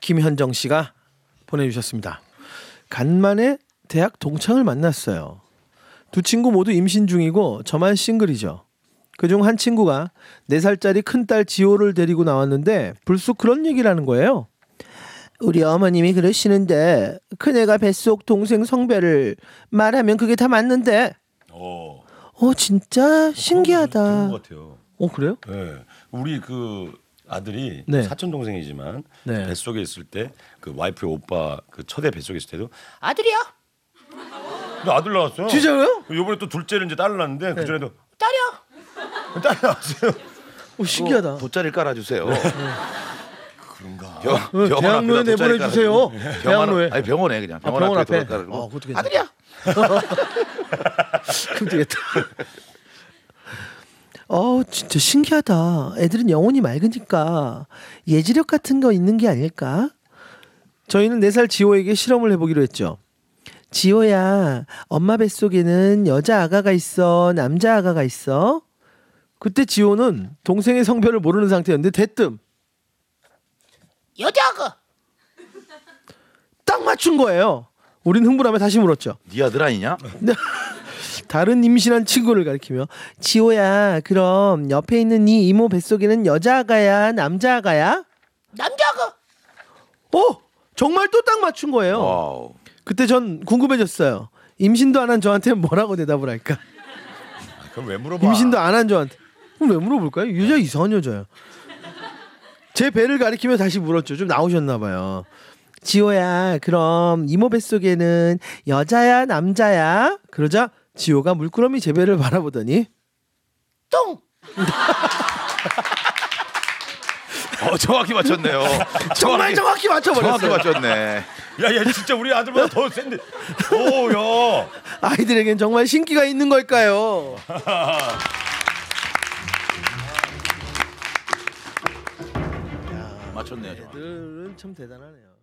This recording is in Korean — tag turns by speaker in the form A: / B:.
A: 김현정 씨가 보내주셨습니다. 간만에 대학 동창을 만났어요. 두 친구 모두 임신 중이고 저만 싱글이죠. 그중 한 친구가 4살짜리 큰딸 지호를 데리고 나왔는데 불쑥 그런 얘기를 하는 거예요. 우리 어머님이 그러시는데 큰애가 뱃속 동생 성별을 말하면 그게 다 맞는데
B: 어.
A: 어 진짜 신기하다.
B: 그런 것 같아요.
A: 어 그래요?
B: 예. 우리 그 아들이
A: 네.
B: 사촌 동생이지만
A: 네.
B: 뱃속에 있을 때 그 와이프의 오빠 그 첫애 뱃속에 있을 때도 아들이야. 근데 아들 나왔어요.
A: 진짜요? 네.
B: 요번에 또 둘째를 이제 딸을 낳았는데 그 전에도 딸이야. 딸 나왔어요.
A: 어 신기하다.
C: 뭐
A: 네.
C: 돗자리를 깔아주세요. 네.
B: 그런가.
C: 병, 병원
A: 대학로에
C: 앞에다 돗자리
A: 네. 내보내주세요.
C: 깔아주고. 병원
A: 대학로에.
C: 앞- 아니 병원에 그냥 병원,
A: 병원
C: 앞에
A: 앞에.
C: 돗자리를 깔고.
A: 어, 그것도 괜찮다.
C: 아들이야.
A: 그럼 되겠다. 어 진짜 신기하다. 애들은 영혼이 맑으니까 예지력 같은 거 있는 게 아닐까? 저희는 4살 지호에게 실험을 해보기로 했죠. 지호야, 엄마 뱃속에는 여자 아가가 있어, 남자 아가가 있어. 그때 지호는 동생의 성별을 모르는 상태였는데 대뜸
D: 여자가
A: 딱 맞춘 거예요. 우린 흥분하며 다시 물었죠.
C: 네 아들 아니냐?
A: 다른 임신한 친구를 가리키며 지호야 그럼 옆에 있는 네 이모 뱃속에는 여자아가야 남자아가야?
D: 남자가
A: 어 정말 또 딱 맞춘 거예요
C: 와우.
A: 그때 전 궁금해졌어요 임신도 안 한 저한테 뭐라고 대답을 할까
B: 아, 그럼 왜 물어봐?
A: 임신도 안 한 저한테 그럼 왜 물어볼까요? 여자 이상한 여자야 제 배를 가리키며 다시 물었죠 좀 나오셨나 봐요 지호야 그럼 이모 뱃속에는 여자야 남자야? 그러자 지호가 물끄러미 제 배를 바라보더니
D: 똥
C: 어 정확히 맞췄네요.
A: 정말 정확히
C: 정확히
A: 맞춰버렸어요
C: 맞췄네.
B: 야, 야, 진짜 우리 아들보다 더 센데. 오, 야.
A: 아이들에겐 정말 신기가 있는 걸까요?
C: 맞췄네요. 정확히.
A: 들은 참 대단하네요.